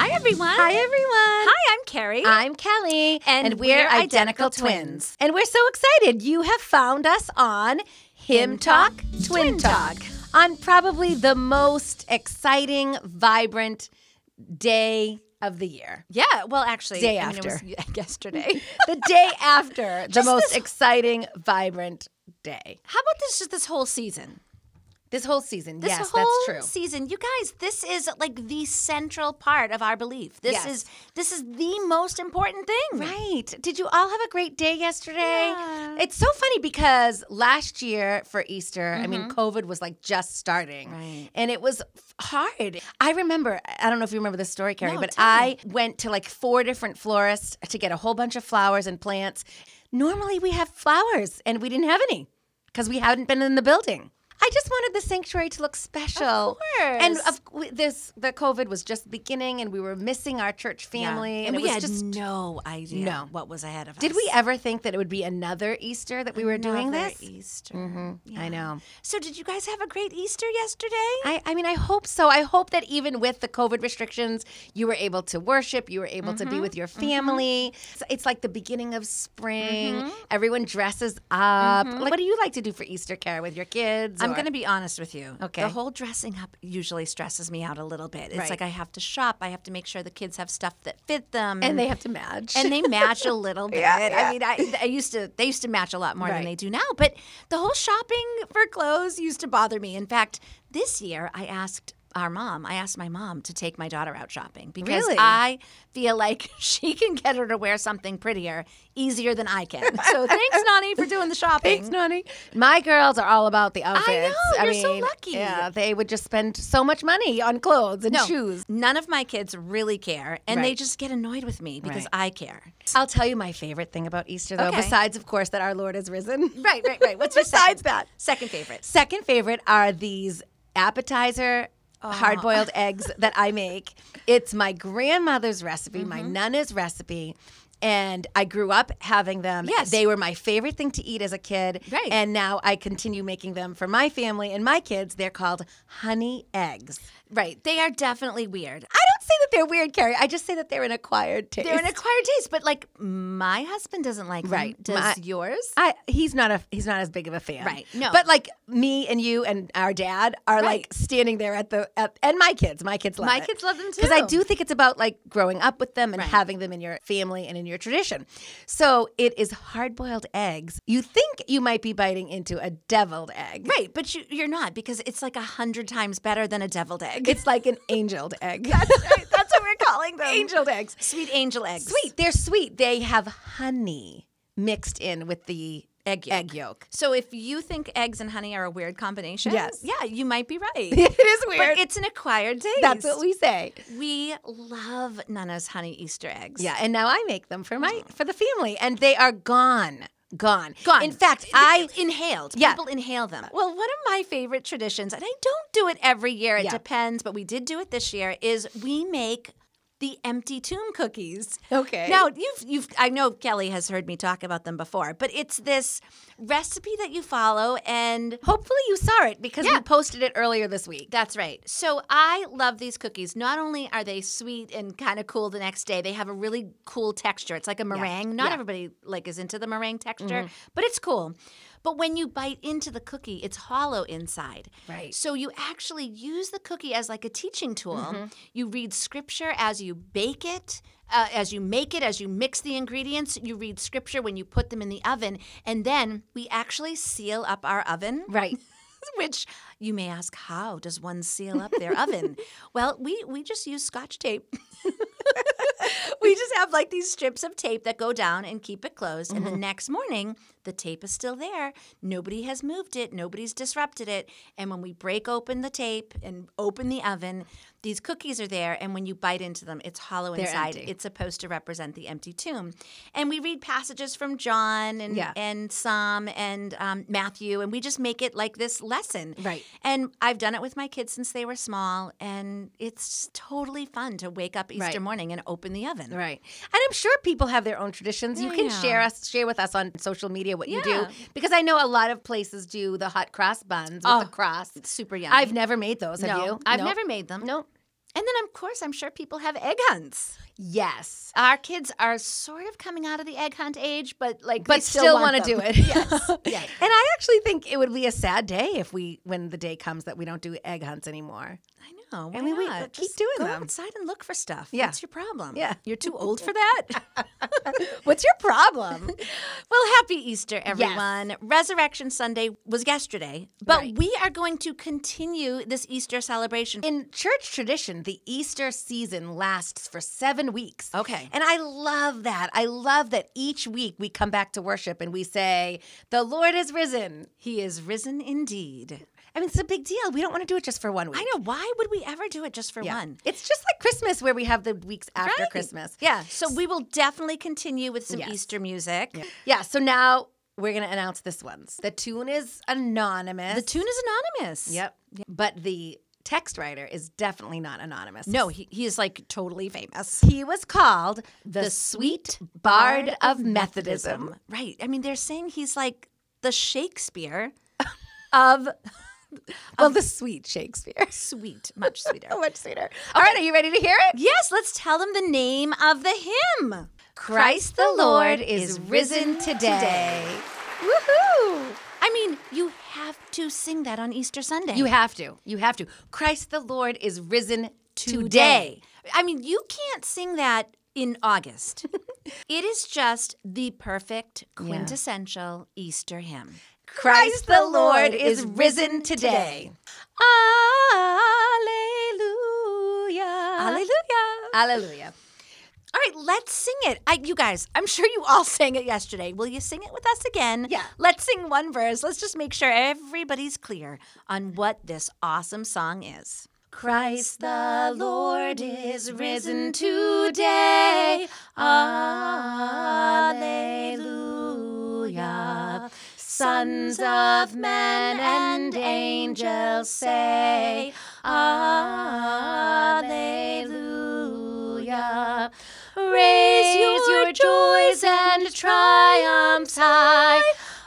Hi, everyone. Hi, everyone. Hi, I'm Carrie. I'm Kelly, And we're Identical Twins. And we're so excited you have found us on Hymn Talk, Twin Talk, on probably the most exciting, vibrant day of the year. yeah, well, actually, Day I mean, it was yesterday. The day after the most exciting, vibrant day. How about this? Just this whole season. This whole season. This yes, whole that's true. season, you guys, this is like the central part of our belief. This Yes. is this is the most important thing. Right. Did you all have a great day yesterday? Yeah. It's so funny because last year for Easter, I mean, COVID was like just starting. Mm-hmm. Right. And it was f- hard. I remember, I don't know if you remember this story, Carrie, No, but tell I went to like four different florists to get a whole bunch of flowers and plants. Normally we have flowers and we didn't have any because we hadn't been in the building. I just wanted the sanctuary to look special. And course. of w- this the COVID was just beginning and we were missing our church Yeah. family And, and, it we was had just no idea No. what was ahead of us. did we ever think that it would be another Easter that we were doing Another this? Easter. I know. So did you guys have a great Easter yesterday? I, I mean, I hope so. I hope that even with the COVID restrictions, you were able to worship, you were able to Mm-hmm. be with your family. It's, it's like the beginning of spring. Mm-hmm. Everyone dresses up. Like, what do you like to do for Easter, Kara, with your kids? I'm or- going to be honest with you. Okay. The whole dressing up usually stresses me out a little bit. It's Right. like I have to shop. I have to make sure the kids have stuff that fit them. And they have to match. and they match a little bit. yeah. I mean, I, I used to they used to match a lot more than Right. they do now. But the whole shopping for clothes used to bother me. In fact, this year I asked our mom. I asked my mom to take my daughter out shopping because Really? I feel like she can get her to wear something prettier easier than I can. So thanks, Nani, for doing the shopping. Thanks, Nani. My girls are all about the outfits. know, you're so lucky. Yeah, they would just spend so much money on clothes and No, shoes. None of my kids really care, and they Right. just get annoyed with me because Right. I care. I'll tell you my favorite thing about Easter, though, Okay. besides, of course, that our Lord is risen. Right, right, right. What's your Besides second- that. second favorite? Second favorite are these appetizer Oh. hard boiled eggs that I make. It's my grandmother's recipe, my Mm-hmm. nana's recipe. And I grew up having them. Yes. They were my favorite thing to eat as a kid. Right. And now I continue making them for my family and my kids. They're called honey eggs. Right, they are definitely weird. I don't say that they're weird, Carrie. I just say that they're an acquired taste. They're an acquired taste, but like my husband doesn't like them. Right. Does My- yours? I, he's not a he's not as big of a fan, Right, no. but like me and you and our dad are Right. like standing there at the at, and my kids, my kids love My kids love them because I too. do think it's about like growing up with them and Right. having them in your family and in your tradition. So it is hard boiled eggs. You think you might be biting into a deviled egg, Right, but you, you're not because it's like a hundred times better than a deviled egg. It's like an angeled egg. That's what we're calling them. angeled eggs. Sweet angel eggs. Sweet, they're sweet. They have honey mixed in with the Egg yolk. egg yolk. So if you think eggs and honey are a weird combination, Yes. yeah, you might be right. It is weird. But it's an acquired taste. That's what we say. we love Nana's honey Easter eggs. Yeah, and now I make them for my for the family, and they are gone, gone, Gone. In fact, They- I inhaled. Yeah. People inhale them. Well, one of my favorite traditions, and I don't do it every year, it Yeah. depends, but we did do it this year, is we make the empty tomb cookies. Okay. Now you've you've I know Kelly has heard me talk about them before, but it's this recipe that you follow and hopefully you saw it because we Yeah. posted it earlier this week. that's right. So I love these cookies. Not only are they sweet and kind of cool the next day, they have a really cool texture. It's like a meringue. Not Yeah. Mm-hmm. everybody like is into the meringue texture, but it's cool. But when you bite into the cookie, it's hollow inside. Right. So you actually use the cookie as like a teaching tool. Mm-hmm. You read scripture as you bake it. Uh, as you make it, as you mix the ingredients, you read scripture when you put them in the oven. And then we actually seal up our oven Right. which you may ask, how does one seal up their oven? Well, we we just use scotch tape. Mm-hmm. we just have like these strips of tape that go down and keep it closed. And the next morning, The tape is still there. Nobody has moved it, nobody's disrupted it. And when we break open the tape and open the oven, these cookies are there. And when you bite into them, it's hollow They're inside. empty. It's supposed to represent the empty tomb. And we read passages from John and, Yeah. and Psalm and um, Matthew, and we just make it like this lesson. Right. And I've done it with my kids since they were small, and it's totally fun to wake up Easter Right. morning and open the oven. Right. And I'm sure people have their own traditions. You Yeah, can yeah. share us share with us on social media what you do Yeah. because I know a lot of places do the hot cross buns with Oh, the cross. It's super yummy. I've never made those, have no, you? I've No. never made them. No. And then of course I'm sure people have egg hunts. Yes. Our kids are sort of coming out of the egg hunt age, but like But they still, want want to do them. it. yes. yes. And I actually think it would be a sad day if we, when the day comes that we don't do egg hunts anymore. I know. Why I mean, we- not? keep Just doing go them. outside and look for stuff. Yeah. What's your problem? Yeah. You're too old for that? What's your problem? Well, happy Easter, everyone. Resurrection Sunday was yesterday, but Right. we are going to continue this Easter celebration. In church tradition, the Easter season lasts for seven weeks. Okay. And I love that. I love that each week we come back to worship and we say, The Lord is risen. He is risen indeed. I mean, it's a big deal. We don't want to do it just for one week. I know. Why would we ever do it just for Yeah. one? It's just like Christmas where we have the weeks after Right. Christmas. Yeah. So we will definitely continue with some Yes. Easter music. Yeah. So now we're going to announce this one's. The tune is anonymous. The tune is anonymous. Yep. But the text writer is definitely not anonymous. No, he, he is like totally famous. He was called the, Sweet Bard of Methodism. Right. I mean, they're saying he's like the Shakespeare of Well, the sweet Shakespeare. sweet, much sweeter. much sweeter. All right, are you ready to hear it? Yes, let's tell them the name of the hymn. Christ the Lord is risen today. Woohoo! I mean, you have to sing that on Easter Sunday. You have to. You have to. Christ the Lord is risen today. today. I mean, you can't sing that in August. it is just the perfect quintessential Easter hymn. Christ the Lord is risen today. Alleluia. Hallelujah. Alleluia. All right, let's sing it. I, you guys, I'm sure you all sang it yesterday. Will you sing it with us again? Yeah. Let's sing one verse. Let's just make sure everybody's clear on what this awesome song is. Christ The Lord is risen today. Alleluia. Sons of men and angels say, Alleluia. Raise your joys and triumphs high.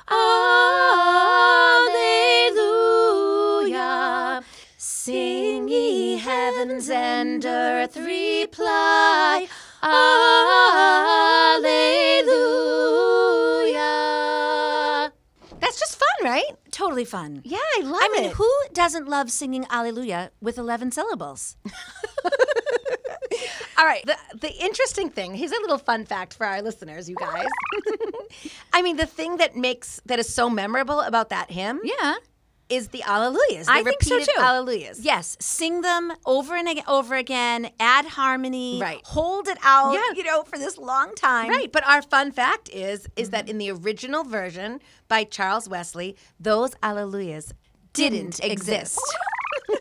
Alleluia. Sing ye heavens and earth reply. Alleluia. That's just fun, right? Totally fun. Yeah, I love I mean, it. who doesn't love singing Alleluia with 11 syllables? All right. The, the interesting thing here's a little fun fact for our listeners, you guys. I mean, the thing that makes that is so memorable about that hymn Yeah. is the Alleluias. The I think so, repeated too. Alleluias. Yes, sing them over and ag- over again, add harmony, Right. hold it out, Yeah. you know, for this long time. Right, but our fun fact is is that Mm-hmm. in the original version by Charles Wesley, those Alleluias didn't, Didn't exist.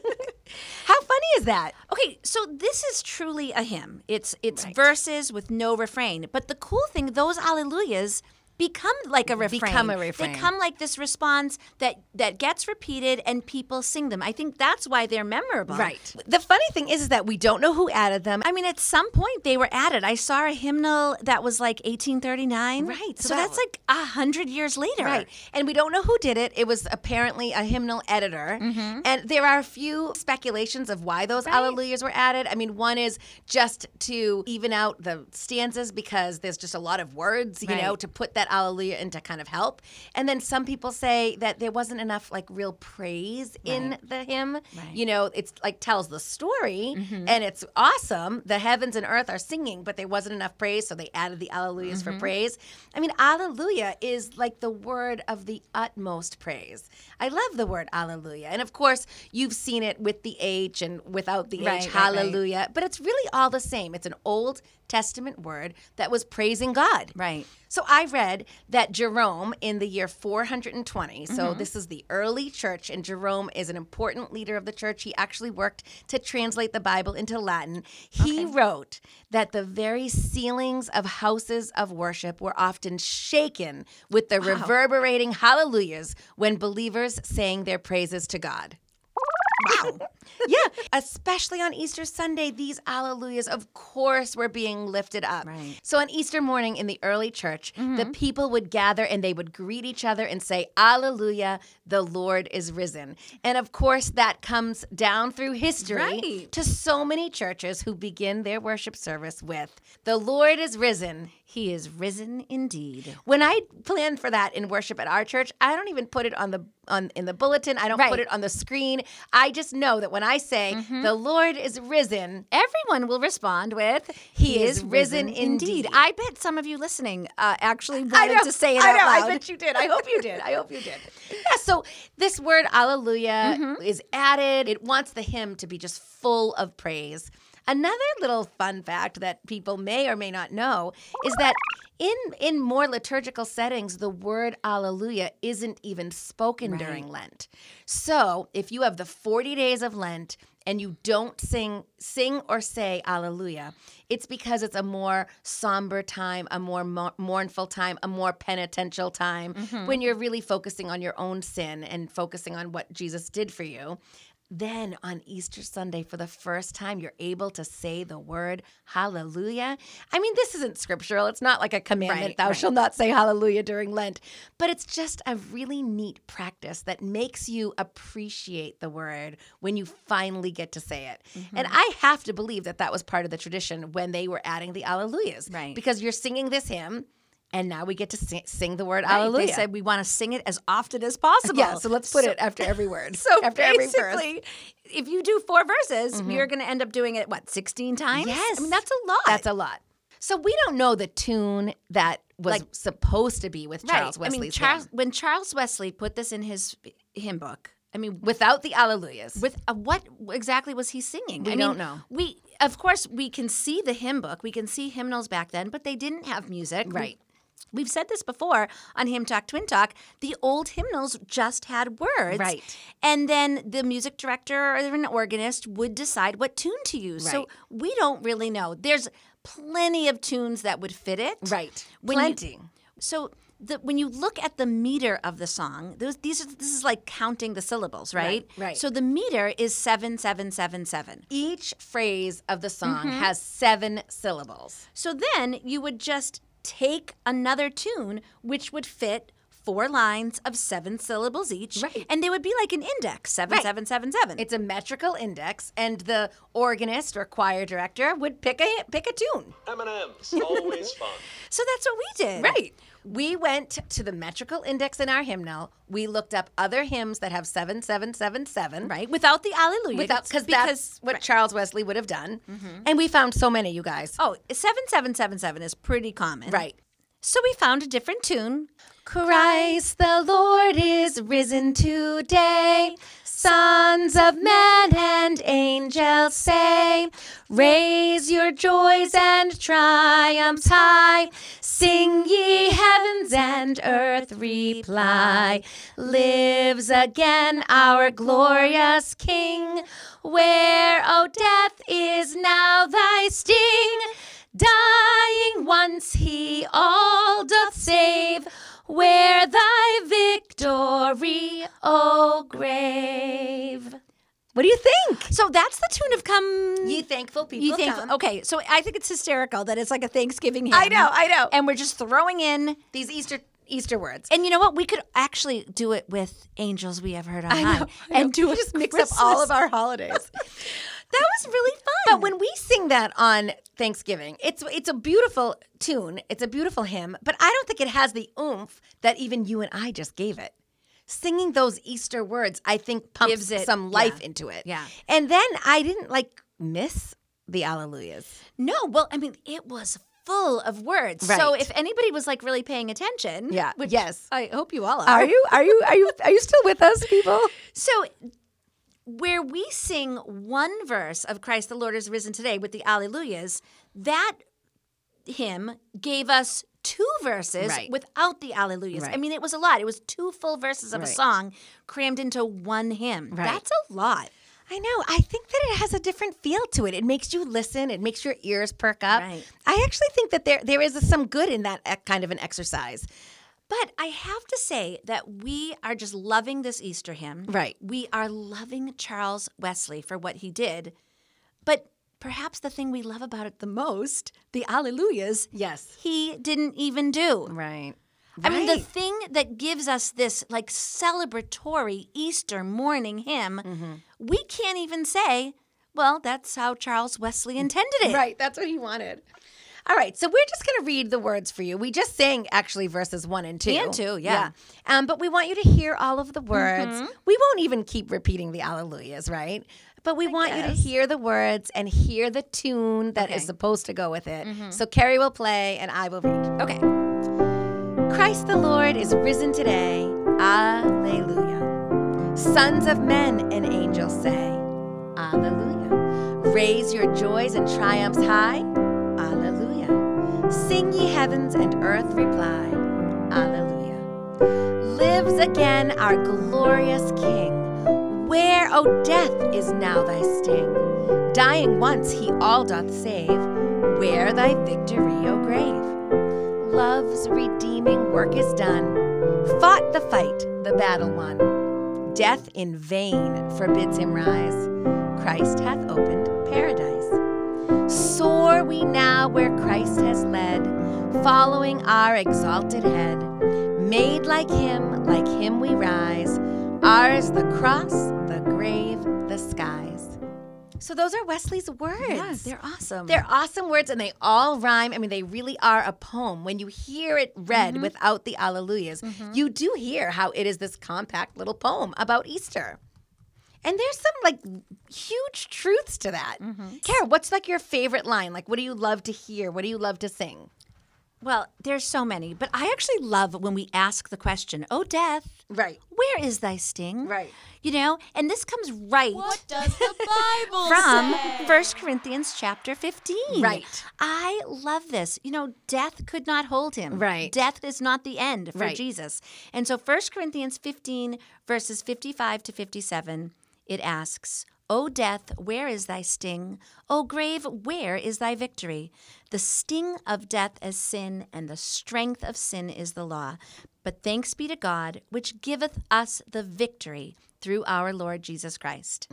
How funny is that? Okay, so this is truly a hymn. It's it's Right. verses with no refrain. But the cool thing, those alleluias become like a refrain. Become a refrain. They come like this response that that gets repeated and people sing them. I think that's why they're memorable. The funny thing is, is that we don't know who added them. I mean, at some point they were added. I saw a hymnal that was like 1839. Right, So, so that that's w- like a hundred years later. Right. And we don't know who did it. It was apparently a hymnal editor. And there are a few speculations of why those alleluias were added. I mean, one is just to even out the stanzas because there's just a lot of words, you know, Right. to put that alleluia into kind of help. And then some people say that there wasn't enough like real praise in the hymn. You know, it's like tells the story Mm-hmm. and it's awesome. The heavens and earth are singing, but there wasn't enough praise, so they added the alleluias Mm-hmm. for praise. I mean, alleluia is like the word of the utmost praise. I love the word alleluia. And of course, you've seen it with the H and without the Right, H, right, right. hallelujah. But it's really all the same. It's an Old Testament word that was praising God. Right. So I read said that Jerome in the year 420, so this is the early church, and Jerome is an important leader of the church. He actually worked to translate the Bible into Latin. He wrote that the very ceilings of houses of worship were often shaken with the reverberating hallelujahs when believers sang their praises to God. Wow. yeah, especially on Easter Sunday, these alleluias, of course, were being lifted up. Right. Mm-hmm. So on Easter morning in the early church, the people would gather and they would greet each other and say, Alleluia, the Lord is risen. And of course, that comes down through history Right. to so many churches who begin their worship service with, The Lord is risen. He is risen indeed. When I plan for that in worship at our church, I don't even put it on the on in the bulletin. I don't Right. put it on the screen. I just know that when I say the Lord is risen, Everyone will respond with, He is risen indeed." I bet some of you listening uh, actually wanted I know, to say it I out know, loud. I bet you did. I hope you did. I hope you did. Mm-hmm. Yeah, so this word alleluia is added. It wants the hymn to be just full of praise. Another little fun fact that people may or may not know is that in in more liturgical settings, the word alleluia isn't even spoken during Lent. So if you have the 40 days of Lent and you don't sing sing or say alleluia it's because it's a more somber time a more mo- mournful time a more penitential time Mm-hmm. when you're really focusing on your own sin and focusing on what jesus did for you then on easter sunday for the first time you're able to say the word hallelujah i mean this isn't scriptural it's not like a commandment Right, thou right. shalt not say hallelujah during lent but it's just a really neat practice that makes you appreciate the word when you finally get to say it Mm-hmm. and i have to believe that that was part of the tradition when they were adding the alleluias Right. because you're singing this hymn and now we get to sing, sing the word Right, alleluia Uh, They said we want to sing it as often as possible. yeah so let's put it after every word So after every basically, verse Mm-hmm. if you do four verses, you're going to end up doing it what sixteen times. Yes. I mean that's a lot. That's a lot. So we don't know the tune that was Like- supposed to be with Charles right. I Wesley's mean, hymn. Charles, when Charles Wesley put this in his hymn book, I mean, without the Alleluias. with uh, what exactly was he singing? We I mean, don't know. We, of course, we can see the hymn book. We can see hymnals back then, but they didn't have music. We- Right. We've said this before on Hymn Talk Twin Talk. The old hymnals just had words. Right. And then the music director or an organist would decide what tune to use. So Right. we don't really know. There's plenty of tunes that would fit it. right, When you- plenty. So the, when you look at the meter of the song, those, these are, this is like counting the syllables, right? Right, right. So the meter is seven, seven, seven, seven. Each phrase of the song has seven syllables. So then you would just take another tune, which would fit four lines of seven syllables each, Right. and they would be like an index, seven, Right. seven, seven, seven. It's a metrical index, and the organist or choir director would pick a pick a tune. M&M's, always fun. so that's what we did, Right. We went to the metrical index in our hymnal. We looked up other hymns that have seven, seven, seven, seven. Right, without the alleluia, without It's because that's what Charles Wesley would have done. And we found so many, you guys. oh, seven, seven, seven, seven is pretty common, Right. So we found a different tune. Christ the Lord is risen today. Sons of men and angels say, Raise your joys and triumphs high. Sing ye heavens and earth reply. Lives again our glorious King. Where, O death, is now thy sting? Dying once he all doth save, where thy victory, O grave. What do you think? So that's the tune of "Come." Ye thankful people, You think come. okay? So I think it's hysterical that it's like a Thanksgiving hymn. I know, I know. and we're just throwing in these Easter Easter words. And you know what? We could actually do it with angels we have heard on high, and do we it just mix up all of our holidays. That was really fun. But when we sing that on Thanksgiving, it's it's a beautiful tune. It's a beautiful hymn, but I don't think it has the oomph that even you and I just gave it. Singing those Easter words, I think pumps Gives it- some life yeah. into it. Yeah. And then I didn't like miss the alleluias. no, well, I mean, it was full of words. So Right. if anybody was like really paying attention, Yeah, which yes. I hope you all are. Are you are you are you are you still with us, people? So where we sing one verse of Christ the Lord is risen today with the Alleluias, that hymn gave us two verses Right. without the alleluias. I Right. mean, it was a lot. It was two full verses of a Right. song crammed into one hymn. Right. That's a lot. I know. I think that it has a different feel to it. It makes you listen. It makes your ears perk up. Right. I actually think that there there is some good in that uh, kind of an exercise. But I have to say that we are just loving this Easter hymn. Right. We are loving Charles Wesley for what he did. But perhaps the thing we love about it the most, the Alleluias, Yes. he didn't even do. Right. I mean, the Right. thing that gives us this like celebratory Easter morning hymn, Mm-hmm. we can't even say, well, that's how Charles Wesley intended it. Mm. Right, that's what he wanted. All right, so we're just going to read the words for you. We just sang actually verses one and two. And two, yeah. Mm-hmm. Um, but we want you to hear all of the words. We won't even keep repeating the alleluias, right? But we want you to hear the words and hear the tune that is Okay. supposed to go with it. So Carrie will play and I will read. Okay. Christ the Lord is risen today. Alleluia. Sons of men and angels say, Alleluia. Raise your joys and triumphs high. Alleluia. Sing ye heavens and earth reply. Alleluia. Lives again our glorious King. Where, O death, is now thy sting? Dying once, he all doth save. Where thy victory, O grave? Love's redeeming work is done. Fought the fight, the battle won. Death in vain forbids him rise. Christ hath opened paradise. Soar we now where Christ has led, following our exalted head. Made like him, like him we rise. Ours the cross, the grave, the skies. So those are Wesley's words. Yeah, they're awesome. They're awesome words and they all rhyme. I mean, they really are a poem. When you hear it read without the alleluias, you do hear how it is this compact little poem about Easter. And there's some like huge truths to that. Kara, what's like your favorite line? Like, what do you love to hear? What do you love to sing? well, there's so many, but I actually love when we ask the question, "Oh, death, Right. where is thy sting?" Right. You know, and this comes right What does the Bible from say? 1 Corinthians chapter 15. Right. I love this. You know, death could not hold him. Right. Death is not the end for Right. Jesus. And so 1 Corinthians 15, verses 55 to 57, it asks, O death, where is thy sting? O grave, where is thy victory? The sting of death is sin, and the strength of sin is the law. But thanks be to God, which giveth us the victory through our Lord Jesus Christ.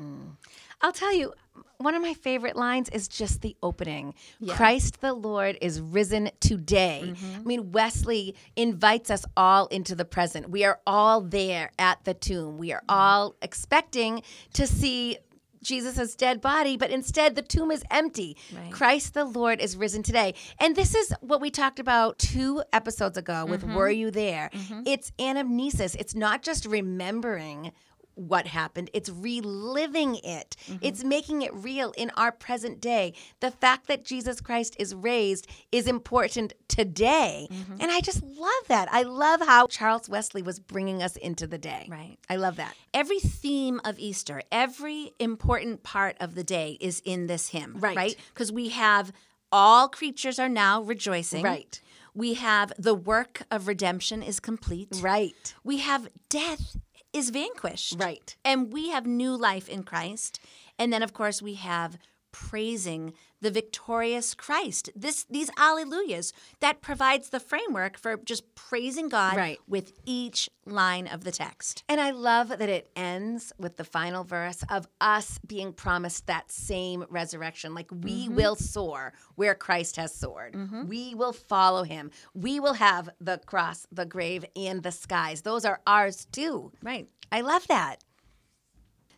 I'll tell you, one of my favorite lines is just the opening. Christ the Lord is risen today. I mean, Wesley invites us all into the present. We are all there at the tomb. We are all expecting to see Jesus' dead body, but instead the tomb is empty. Right. Christ the Lord is risen today. And this is what we talked about two episodes ago with Were You There? It's anamnesis, it's not just remembering what happened. It's reliving it. It's making it real in our present day. The fact that Jesus Christ is raised is important today. And I just love that. I love how Charles Wesley was bringing us into the day. Right. I love that. every theme of Easter, every important part of the day is in this hymn, Right. Because we have all creatures are now rejoicing. Right. We have the work of redemption is complete. Right. We have death is vanquished. Right. And we have new life in Christ. And then of course we have praising the victorious Christ. This these alleluias that provides the framework for just praising God Right. with each line of the text. And I love that it ends with the final verse of us being promised that same resurrection. Like we will soar where Christ has soared. We will follow him. We will have the cross, the grave, and the skies. Those are ours too. Right. I love that.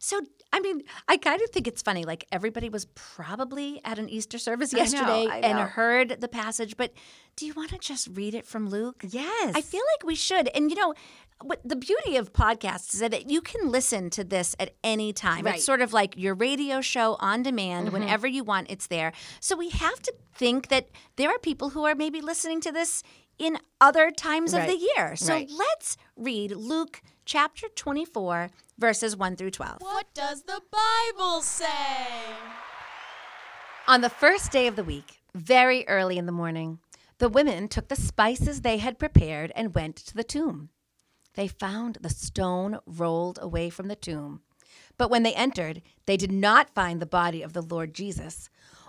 So, I mean, I kind of think it's funny. Like, everybody was probably at an Easter service know, yesterday I know. and heard the passage, but do you want to just read it from Luke? Yes. I feel like we should. And, you know, what the beauty of podcasts is that you can listen to this at any time. Right. Mm-hmm. It's sort of like your radio show on demand. Whenever you want, it's there. So, we have to think that there are people who are maybe listening to this in other times of Right. the year. So, Right. let's read Luke chapter 24, verses 1 through 12. What does the Bible say? On the first day of the week, very early in the morning, The women took the spices they had prepared and went to the tomb. They found the stone rolled away from the tomb. But when they entered, they did not find the body of the Lord Jesus.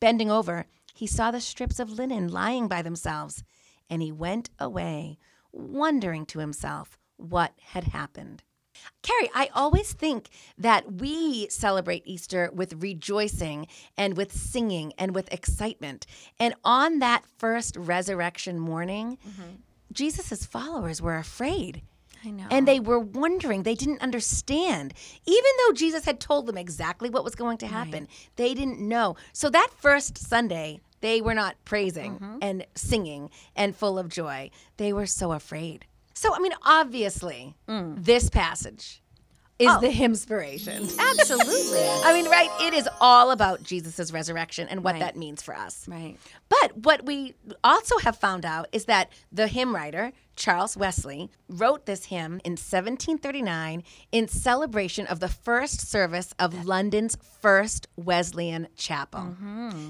Bending over, he saw the strips of linen lying by themselves, and he went away, wondering to himself what had happened. Carrie, I always think that we celebrate Easter with rejoicing and with singing and with excitement. And on that first resurrection morning, Jesus' followers were afraid. I know. And they were wondering, they didn't understand. Even though Jesus had told them exactly what was going to happen, they didn't know. So that first Sunday, they were not praising Mm-hmm. and singing and full of joy. They were so afraid. So, I mean, obviously, Mm. this passage is the hymnspiration. Oh. Absolutely. I mean, right? It is all about Jesus' resurrection and what Right. that means for us. right. But what we also have found out is that the hymn writer, Charles Wesley, wrote this hymn in 1739 in celebration of the first service of London's first Wesleyan chapel.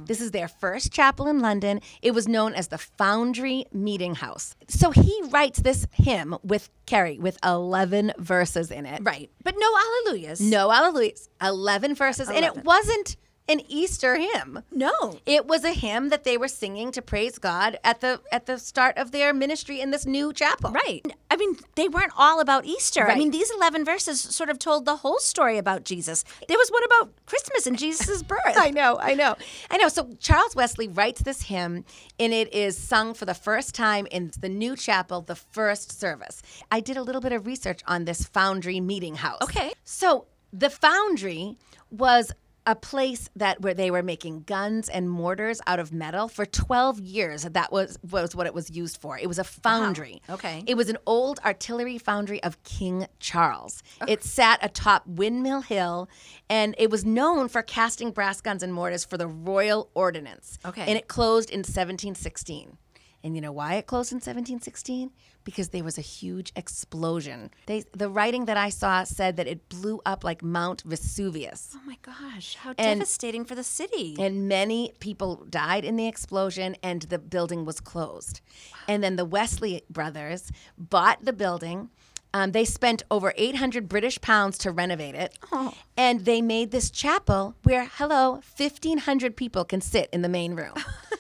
This is their first chapel in London. It was known as the Foundry Meeting House. So he writes this hymn with Carrie with 11 verses in it. Right. But no hallelujahs. No hallelujahs, 11 verses. And it 11. wasn't an Easter hymn. No. It was a hymn that they were singing to praise God at the at the start of their ministry in this new chapel. Right. I mean, they weren't all about Easter. I Right. mean, these 11 verses sort of told the whole story about Jesus. There was one about Christmas and Jesus' birth. I know, I know, I know. So Charles Wesley writes this hymn, and it is sung for the first time in the new chapel, the first service. I did a little bit of research on this Foundry Meeting House. Okay. So the Foundry was a place that where they were making guns and mortars out of metal for 12 years that was was what it was used for it was a foundry Okay. it was an old artillery foundry of King Charles. It sat atop Windmill Hill, and it was known for casting brass guns and mortars for the Royal Ordnance. Okay. And it closed in 1716. And you know why it closed in 1716? Because there was a huge explosion. They, the writing that I saw said that it blew up like Mount Vesuvius. Oh my gosh, how And- devastating for the city. And many people died in the explosion, and the building was closed. And then the Wesley brothers bought the building. Um, they spent over 800 British pounds to renovate it. Oh. And they made this chapel where, hello, 1,500 people can sit in the main room.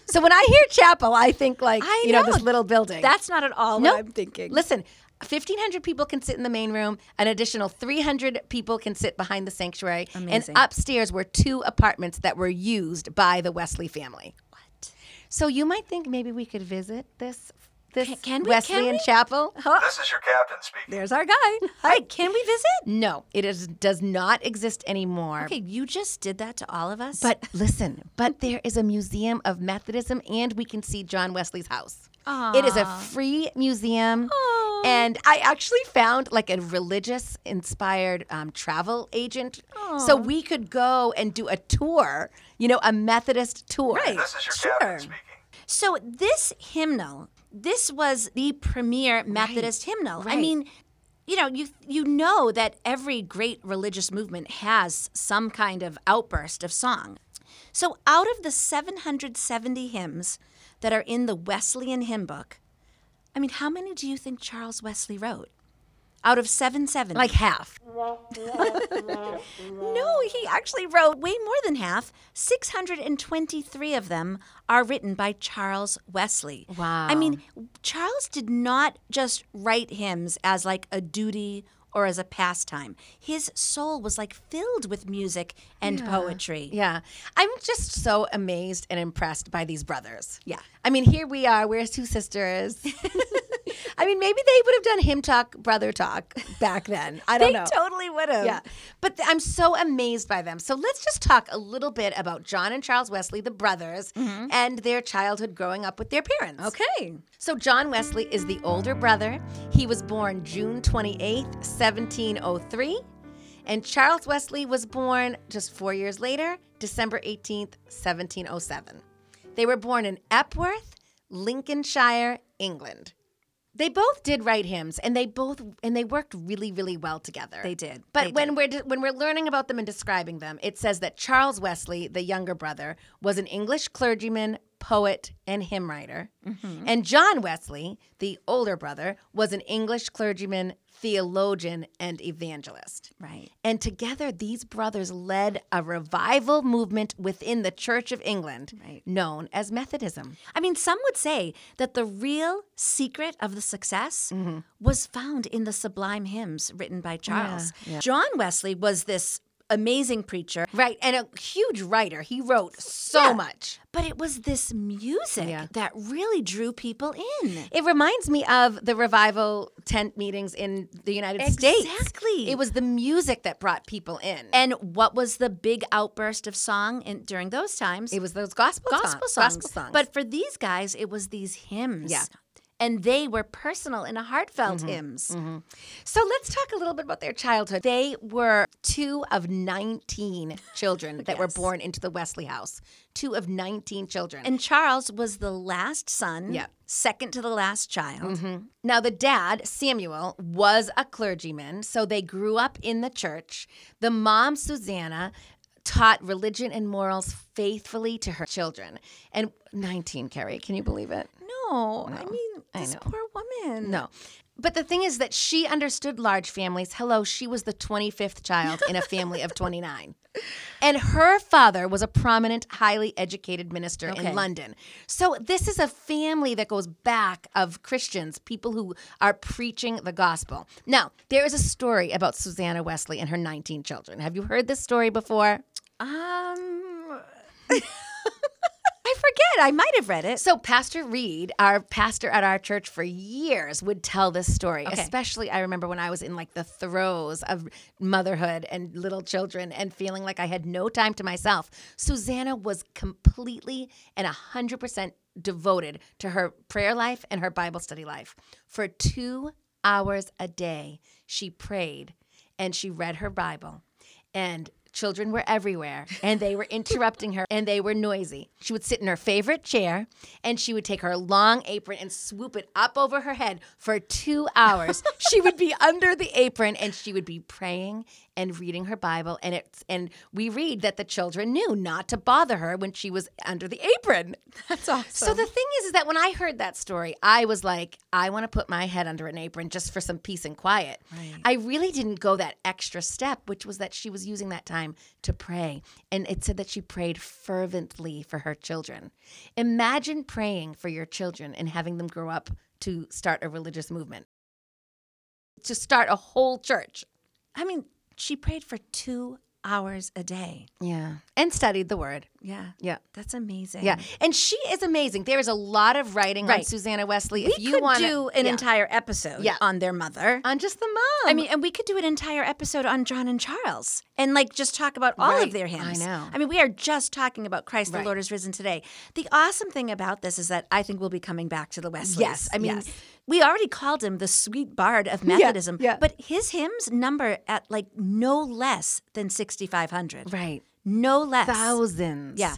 so when I hear chapel, I think like, I you know, know. this little building. That's not at all Nope. what I'm thinking. Listen, 1,500 people can sit in the main room. An additional 300 people can sit behind the sanctuary. Amazing. And upstairs were two apartments that were used by the Wesley family. What? So you might think maybe we could visit this this Ca- can we- can Wesleyan we? chapel. Huh? This is your captain speaking. There's our guy. Hi, can we visit? No, it is does not exist anymore. Okay, you just did that to all of us. But listen, but there is a museum of Methodism, and we can see John Wesley's house. It is a free museum. Aw. And I actually found like a religious inspired um, travel agent. So we could go and do a tour, you know, a Methodist tour. Right. This is your Sure. captain speaking. so this hymnal, this was the premier Methodist hymnal. I right. mean, you know, you you know that every great religious movement has some kind of outburst of song. So out of the 770 hymns that are in the Wesleyan hymn book, I mean, how many do you think Charles Wesley wrote? Out of 770. Like half. No, he actually wrote way more than half. 623 of them are written by Charles Wesley. Wow. I mean, Charles did not just write hymns as like a duty or as a pastime. His soul was like filled with music and poetry. Yeah. I'm just so amazed and impressed by these brothers. Yeah. I mean, here we are. We're two sisters. I mean, maybe they would have done him talk, brother talk back then. I don't They know. totally would have. Yeah. Um, But th- I'm so amazed by them. So let's just talk a little bit about John and Charles Wesley, the brothers, and their childhood growing up with their parents. Mm-hmm. Okay. So John Wesley is the older brother. He was born June 28, 1703. And Charles Wesley was born just four years later, December 18th, 1707. They were born in Epworth, Lincolnshire, England. They both did write hymns and they both and they worked really really well together. They did. But They when we're de- when we're learning about them and describing them, it says that Charles Wesley, the younger brother, was an English clergyman, poet, and hymn writer. Mm-hmm. And John Wesley, the older brother, was an English clergyman, theologian, and evangelist. Right. And together, these brothers led a revival movement within the Church of England Right. known as Methodism. I mean, some would say that the real secret of the success Mm-hmm. was found in the sublime hymns written by Charles. John Wesley was this amazing preacher, Right, and a huge writer. He wrote so Yeah. much. but it was this music Yeah. that really drew people in. It reminds me of the revival tent meetings in the United States. Exactly. It was the music that brought people in. And what was the big outburst of song in, during those times? it was those gospel, gospel songs, songs. Gospel songs. But for these guys, it was these hymns. Yeah. Mm-hmm. And they were personal and heartfelt hymns. so let's talk a little bit about their childhood. They were two of 19 children that were Yes. born into the Wesley house. Two of 19 children. And Charles was the last son, Yeah. second to the last child. Now, the dad, Samuel, was a clergyman, so they grew up in the church. The mom, Susanna, taught religion and morals faithfully to her children. And 19, Carrie, can you believe it? No, I mean, I this know. poor woman. No. But the thing is that she understood large families. Hello, she was the 25th child in a family of 29. And her father was a prominent, highly educated minister Okay. in London. So this is a family that goes back of Christians, people who are preaching the gospel. Now, there is a story about Susanna Wesley and her 19 children. Have you heard this story before? Um, I forget. I might have read it. So Pastor Reed, our pastor at our church for years, would tell this story. Okay. Especially I remember when I was in like the throes of motherhood and little children and feeling like I had no time to myself. Susanna was completely and 100% devoted to her prayer life and her Bible study life. For 2 hours a day, she prayed and she read her Bible and children were everywhere and they were interrupting her and they were noisy. She would sit in her favorite chair and she would take her long apron and swoop it up over her head for 2 hours. she would be under the apron and she would be praying and reading her Bible and it's and we read that the children knew not to bother her when she was under the apron. That's awesome. So the thing is, is that when I heard that story, I was like, I want to put my head under an apron just for some peace and quiet. Right. I really didn't go that extra step, which was that she was using that time to pray. And it said that she prayed fervently for her children. Imagine praying for your children and having them grow up to start a religious movement, to start a whole church. I mean, she prayed for two hours a day. Yeah. And studied the word. Yeah. Yeah. That's amazing. Yeah. And she is amazing. There is a lot of writing on Right. Susanna Wesley. We if you could want do an entire episode Yeah. on their mother. on just the mom. I mean, and we could do an entire episode on John and Charles and like just talk about all Right. of their I hymns. know. I mean, we are just talking about Christ Right. the Lord is risen today. The awesome thing about this is that I think we'll be coming back to the Wesleys. Yes, I mean, yes. we already called him the sweet bard of Methodism, yeah. but his hymns number at like no less than 6,500. right. No less. Thousands. Yeah.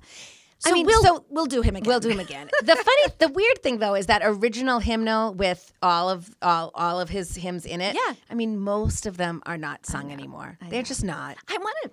I So mean, we'll, so- we'll do him again. We'll do them again. The funny, the weird thing though is that original hymnal with all of all, all of his hymns in it. Yeah. I mean, most of them are not sung anymore. They're just not. I want to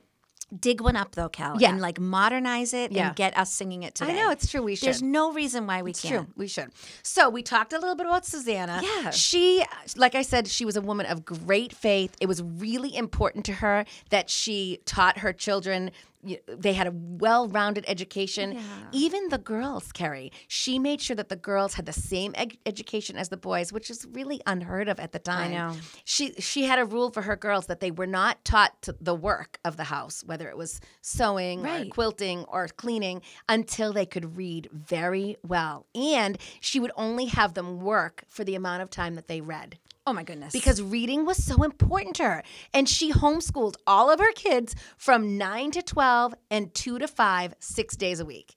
dig one up though, Cal, Yeah. and like modernize it Yeah. and get us singing it today. I know it's true. We should. There's no reason why we It's can't. true. We should. So we talked a little bit about Susanna. Yeah. She, like I said, she was a woman of great faith. It was really important to her that she taught her children you- they had a well-rounded education. Even the girls, Carrie, she made sure that the girls had the same ed- education as the boys, which is really unheard of at the time. know. She she had a rule for her girls that they were not taught to the work of the house, whether it was sewing or Right. quilting or cleaning, until they could read very well. And she would only have them work for the amount of time that they read Oh my goodness. because reading was so important to her. And she homeschooled all of her kids from 9 to 12 and 2 to 5, six days a week.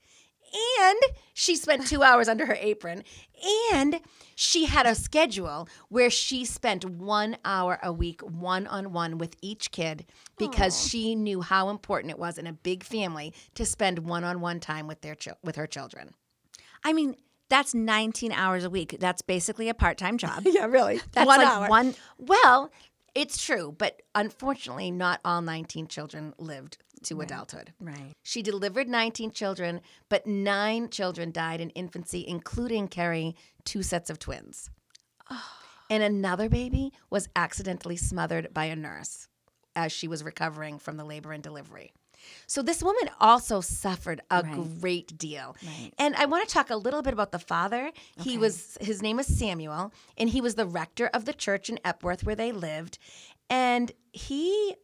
And she spent two hours under her apron. And she had a schedule where she spent one hour a week, one on one with each kid, because she knew how important it was in a big family to spend one on one time with, their chil- with her children. I mean, that's 19 hours a week. That's basically a part-time job. Yeah, really. That's One like hour. one. Well, it's true, but unfortunately, not all 19 children lived to adulthood. right. She delivered 19 children, but nine children died in infancy, including Carrie, two sets of twins. Oh. And another baby was accidentally smothered by a nurse as she was recovering from the labor and delivery. So this woman also suffered a Right. great deal. Right. And I want to talk a little bit about the father. He was his name is Samuel, and he was the rector of the church in Epworth where they lived. And he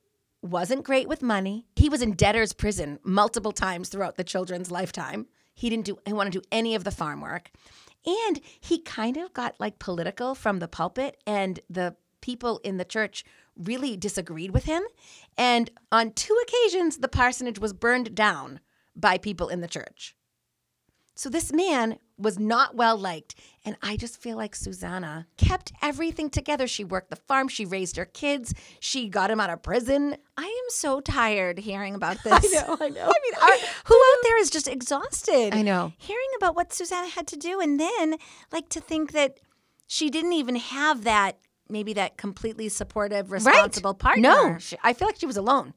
wasn't great with money. He was in debtor's prison multiple times throughout the children's lifetime. He didn't do he want to do any of the farm work. And he kind of got like political from the pulpit and the people in the church really disagreed with him. And on two occasions the parsonage was burned down by people in the church. So this man was not well liked. And I just feel like Susanna kept everything together. She worked the farm, she raised her kids, she got him out of prison. I am so tired hearing about this. I know. I mean, Are- who out there is just exhausted? I know. Hearing about what Susanna had to do and then like to think that she didn't even have that maybe that completely supportive responsible partner. No, she, I feel like she was alone.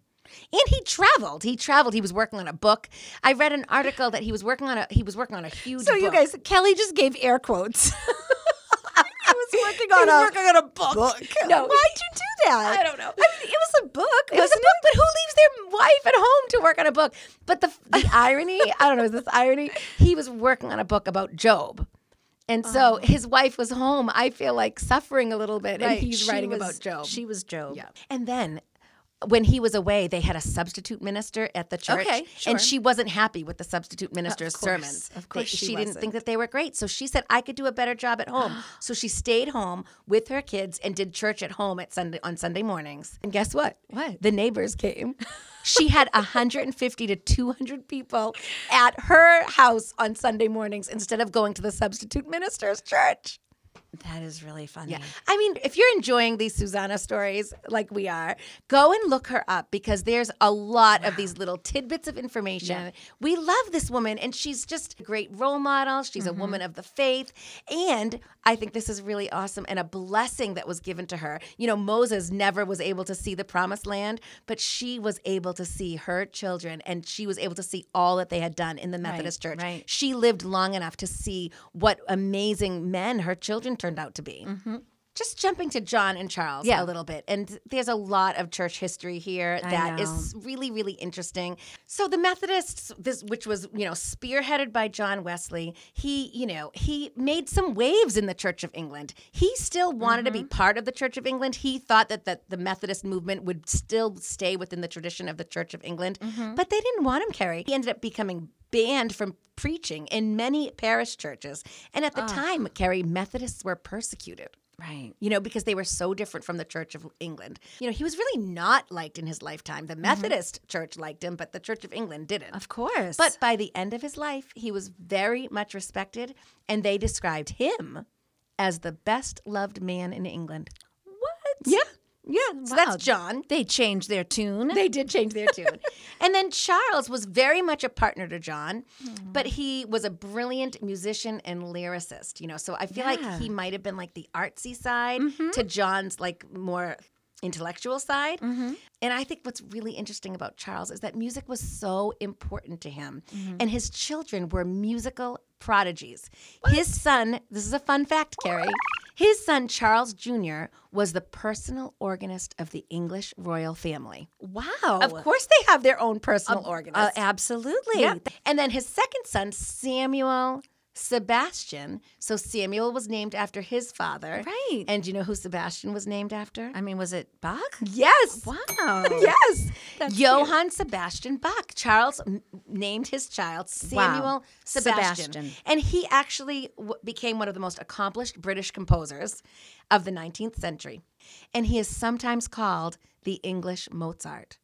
And he traveled. He traveled. He was working on a book. I read an article that he was working on a he was working on a huge So you book. guys, Kelly just gave air quotes. I was working He on was a working on a book. No. Why'd you do that? I don't know. I mean, it was a book. It was a book, but who leaves their wife at home to work on a book? But the the irony, I don't know, is this irony? He was working on a book about Job. And so Oh. his wife was home, I feel like suffering a little bit, and he's She writing was- about Job. She was Job. Yeah. And then when he was away, they had a substitute minister at the church. Okay, sure. Uh, And she wasn't happy with the substitute minister's course, sermons. of course They- she didn't think that they were great. So she said, I could do a better job at home. so she stayed home with her kids and did church at home at Sunday on Sunday mornings. And guess what? What? The neighbors came. she had 150 to 200 people at her house on Sunday mornings instead of going to the substitute minister's church. That is really funny. Yeah. I mean, if you're enjoying these Susanna stories like we are, go and look her up because there's a lot of these little tidbits of information. We love this woman and she's just a great role model. She's a Mm-hmm. woman of the faith. And I think this is really awesome and a blessing that was given to her. You know, Moses never was able to see the promised land, but she was able to see her children and she was able to see all that they had done in the Methodist Church. right. She lived long enough to see what amazing men her children turned out to be Mm-hmm. just jumping to John and Charles Yeah. a little bit. And there's a lot of church history here I that know. is really, really interesting. So the Methodists, this which was, you know, spearheaded by John Wesley, he, you know, he made some waves in the Church of England. He still wanted Mm-hmm. to be part of the Church of England. He thought that, that the Methodist movement would still stay within the tradition of the Church of England. Mm-hmm. But they didn't want him, Carrie. He ended up becoming banned from preaching in many parish churches. And at the time, Carrie, Methodists were persecuted Right. you know, because they were so different from the Church of England. You know, he was really not liked in his lifetime. The Methodist Church liked him, but the Church of England didn't. Mm-hmm. Of course. But by the end of his life, he was very much respected, and they described him as the best loved man in England. what? Yeah, yeah. So Wow. that's John. They changed their tune. They did change their tune. and then Charles was very much a partner to John, but he was a brilliant musician and lyricist, you know. So I feel Yeah. like he might have been like the artsy side to John's like more intellectual side. And I think what's really interesting about Charles is that music was so important to him, and his children were musical prodigies. His son, this is a fun fact, Carrie. His son, Charles Jr., was the personal organist of the English royal family. Wow. Of course, they have their own personal organist. Oh, Uh, absolutely. Yeah. And then his second son, Samuel Sebastian. So Samuel was named after his father. Right. And do you know who Sebastian was named after? I mean, was it Bach? yes. Wow. Yes. Johann Sebastian Bach. Charles m- named his child Samuel Wow. Sebastian. Sebastian. And he actually w- became one of the most accomplished British composers of the 19th century. And he is sometimes called the English Mozart.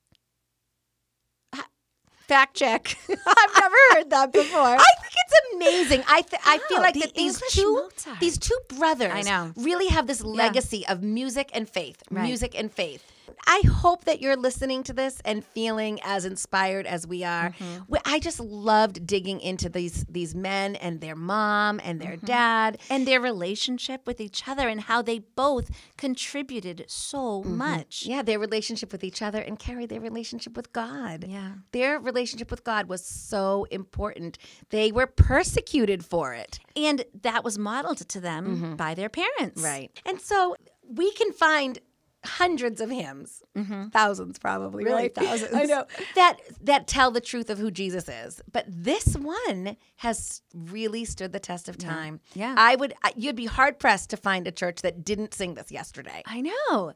Fact check. I've never heard that before. I think it's amazing. I th- I feel Wow, like Oh, the that these English two Mozart. these two brothers I know. really have this legacy of music and faith, Right. music and faith. I hope that you're listening to this and feeling as inspired as we are. Mm-hmm. We- I just loved digging into these these men and their mom and Mm-hmm. their dad. and their relationship with each other and how they both contributed so much. Mm-hmm. Yeah, their relationship with each other and Carrie, their relationship with God. Yeah. Their relationship with God was so important. They were persecuted for it. And that was modeled to them Mm-hmm. by their parents. And so we can find hundreds of hymns, thousands probably, Mm-hmm. Really, right? thousands. I know that that tell the truth of who Jesus is. But this one has really stood the test of time. Yeah. I would. I- You'd be hard pressed to find a church that didn't sing this yesterday. I know.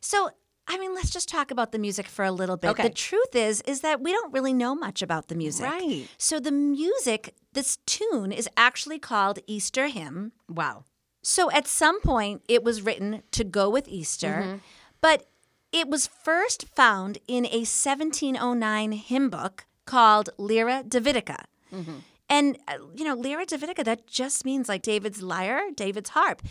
So, I mean, let's just talk about the music for a little bit. Okay. The truth is is that we don't really know much about the music. Right. So the music, this tune is actually called Easter hymn. Wow. So at some point, it was written to go with Easter, Mm-hmm. but it was first found in a 1709 hymn book called Lyra Davidica. Mm-hmm. And, uh, you know, Lyra Davidica, that just means like David's lyre, David's harp.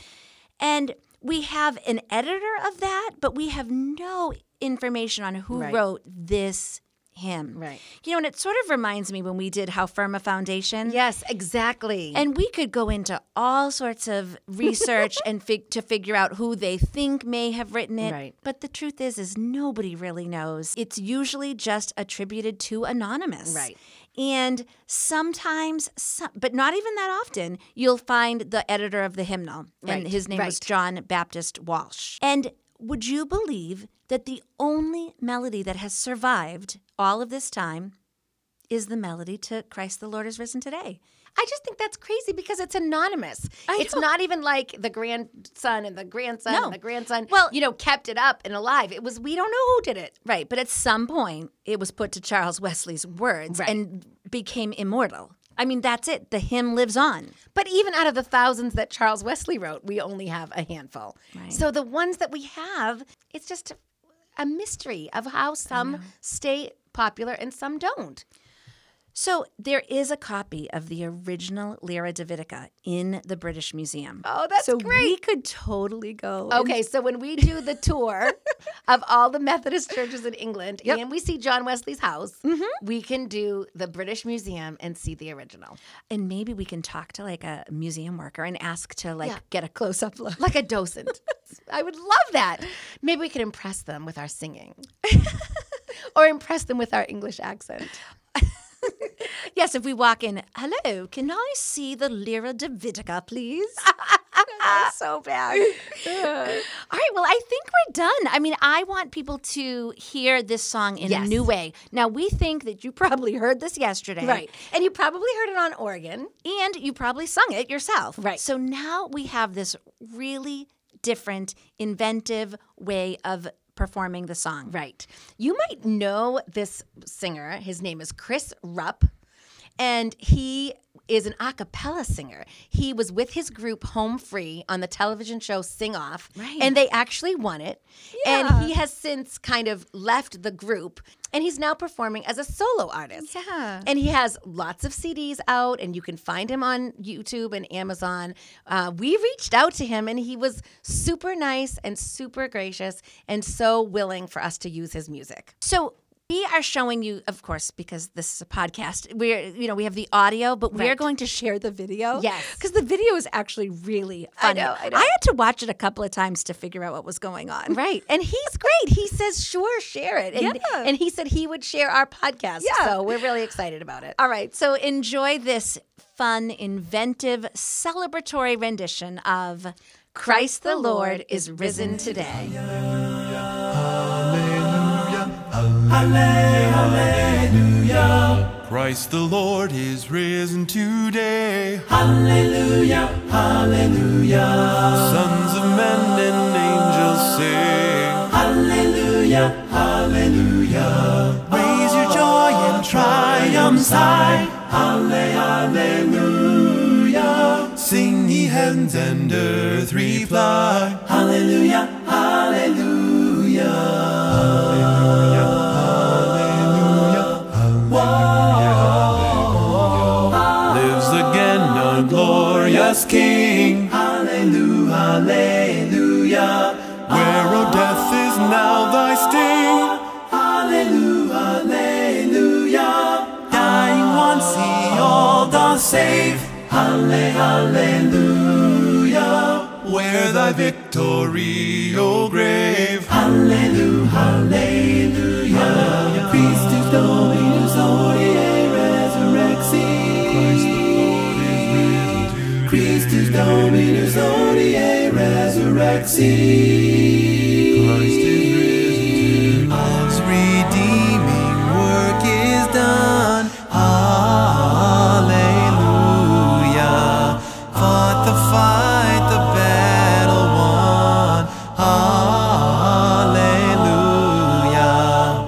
And we have an editor of that, but we have no information on who Right. wrote this hymn. Right. You know, and it sort of reminds me when we did How Firm a Foundation. Yes, exactly. And we could go into all sorts of research and fig- to figure out who they think may have written it. Right. But the truth is, is nobody really knows. It's usually just attributed to anonymous. Right. And sometimes, some, but not even that often, you'll find the editor of the hymnal, and Right, his name was right. John Baptist Walsh. And would you believe that the only melody that has survived all of this time is the melody to Christ the Lord is Risen Today? I just think that's crazy because it's anonymous. I it's know. not even like the grandson and the grandson No. and the grandson. Well- you know, kept it up and alive. It was we don't know who did it. Right, but at some point it was put to Charles Wesley's words Right. and became immortal. I mean, that's it. The hymn lives on. But even out of the thousands that Charles Wesley wrote, we only have a handful. Right. So the ones that we have, it's just a mystery of how some stay popular and some don't. So there is a copy of the original Lyra Davidica in the British Museum. Oh, that's so great. Oh. we could totally go. and- Okay, so when we do the tour of all the Methodist churches in England and we see John Wesley's house, Mm-hmm. we can do the British Museum and see the original. and maybe we can talk to like a museum worker and ask to like Yeah. get a close up look. Like a docent. I would love that. Maybe we could impress them with our singing or impress them with our English accent. Yes, if we walk in, hello, can I see the Lyra Davidica, please? so bad. All right, well, I think we're done. I mean, I want people to hear this song in a Yes. new way. Now, we think that you probably heard this yesterday. Right. And you probably heard it on Oregon. And you probably sung it yourself. Right. So now we have this really different, inventive way of performing the song. Right. You might know this singer. His name is Chris Rupp, and he is an a cappella singer. He was with his group Home Free on the television show Sing Off, Right. and they actually won it. And he has since kind of left the group, and he's now performing as a solo artist. Yeah. And he has lots of CDs out, and you can find him on YouTube and Amazon. Uh, we reached out to him, and he was super nice and super gracious and so willing for us to use his music. So we are showing you, of course, because this is a podcast. We're, you know, we have the audio, but we are Right. going to share the video. Yes. because the video is actually really I funny. know, I know. had to watch it a couple of times to figure out what was going on. Right. And he's great. He says, sure, share it. And, Yeah. and he said he would share our podcast. Yeah. So we're really excited about it. All right. So enjoy this fun, inventive, celebratory rendition of Christ the Lord is risen today. Christ the Lord is risen today. Hallelujah, hallelujah. Sons of men and angels sing. Hallelujah, hallelujah. Raise your joy and triumph high. Hallelujah. Sing ye heavens and earth reply. Hallelujah, hallelujah. lives again our glorious King. Hallelujah, hallelujah. Where, O death, is now thy sting. Hallelujah, hallelujah. Dying once he all doth save. Hallelujah, hallelujah. Where thy victory, O grave. Hallelujah, hallelujah. Peace to Dominus Odiae resurrexi. Christus Dominus Odiae resurrexi. Christ is risen to Love's redeeming work is done. Hallelujah. Fought the fight, the battle won. Hallelujah.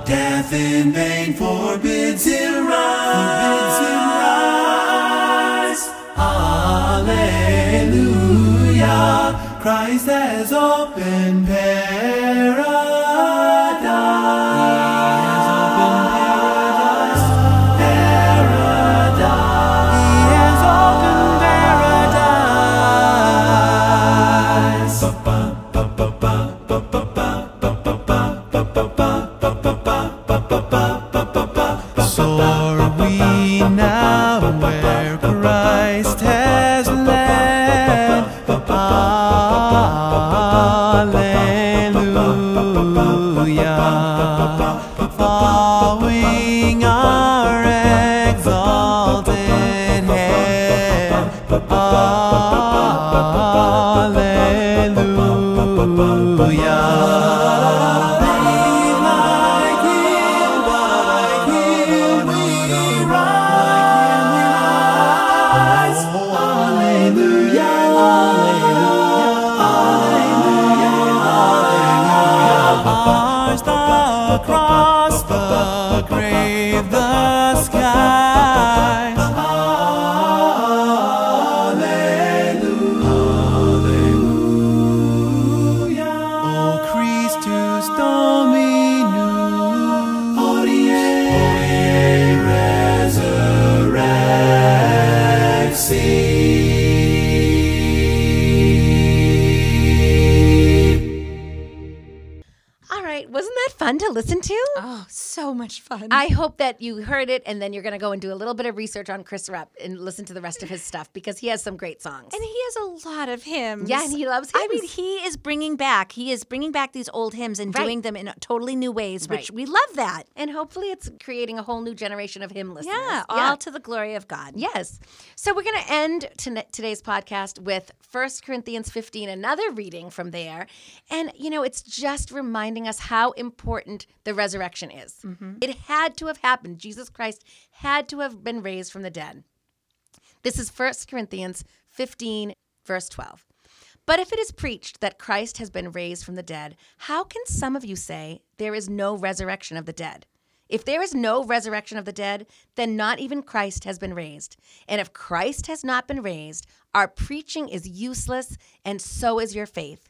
Death in vain forbids him rise. Forbids him rise. Hallelujah. Christ has opened paradise. He has opened paradise. So are we now where Christ has led. Hallelujah. Following our exalted head. Hallelujah. Like him, like him we rise. Hallelujah, hallelujah, hallelujah. Ours the cross, the grave, the sky. O Christus Dominus, Hodie resurrexi. All right, wasn't that fun to listen to? Oh, so much fun. I hope that you heard it and then you're going to go and do a little bit of research on Chris Rupp and listen to the rest of his stuff because he has some great songs. and he has a lot of hymns. yeah, and he loves hymns. I mean, he is bringing back. He is bringing back these old hymns and Right. doing them in totally new ways, which Right. we love that. and hopefully it's creating a whole new generation of hymn listeners. Yeah, all to the glory of God. Yes. So we're going to end ton- today's podcast with 1 Corinthians 15, another reading from there. And, you know, it's just reminding us how important the resurrection is. It had to have happened. Jesus Christ had to have been raised from the dead. This is 1 Corinthians 15, verse 12. But if it is preached that Christ has been raised from the dead, how can some of you say there is no resurrection of the dead? If there is no resurrection of the dead, then not even Christ has been raised. And if Christ has not been raised, our preaching is useless, and so is your faith.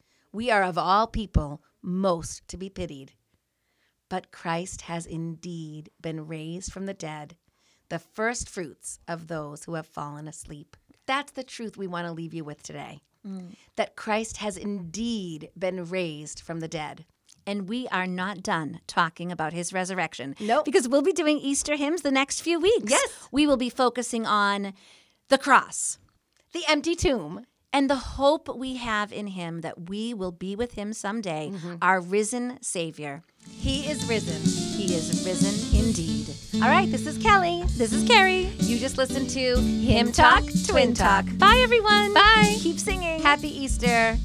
we are of all people most to be pitied. But Christ has indeed been raised from the dead, the first fruits of those who have fallen asleep. That's the truth we want to leave you with today. Mm. that Christ has indeed been raised from the dead. And we are not done talking about his resurrection. Nope. Because we'll be doing Easter hymns the next few weeks. Yes. We will be focusing on the cross The empty tomb. and the hope we have in him that we will be with him someday, our risen Savior. He is risen. He is risen indeed. All right, this is Kelly. This is Carrie. You just listened to Him Talk, Twin Talk. Bye, everyone. Bye. Keep singing. Happy Easter.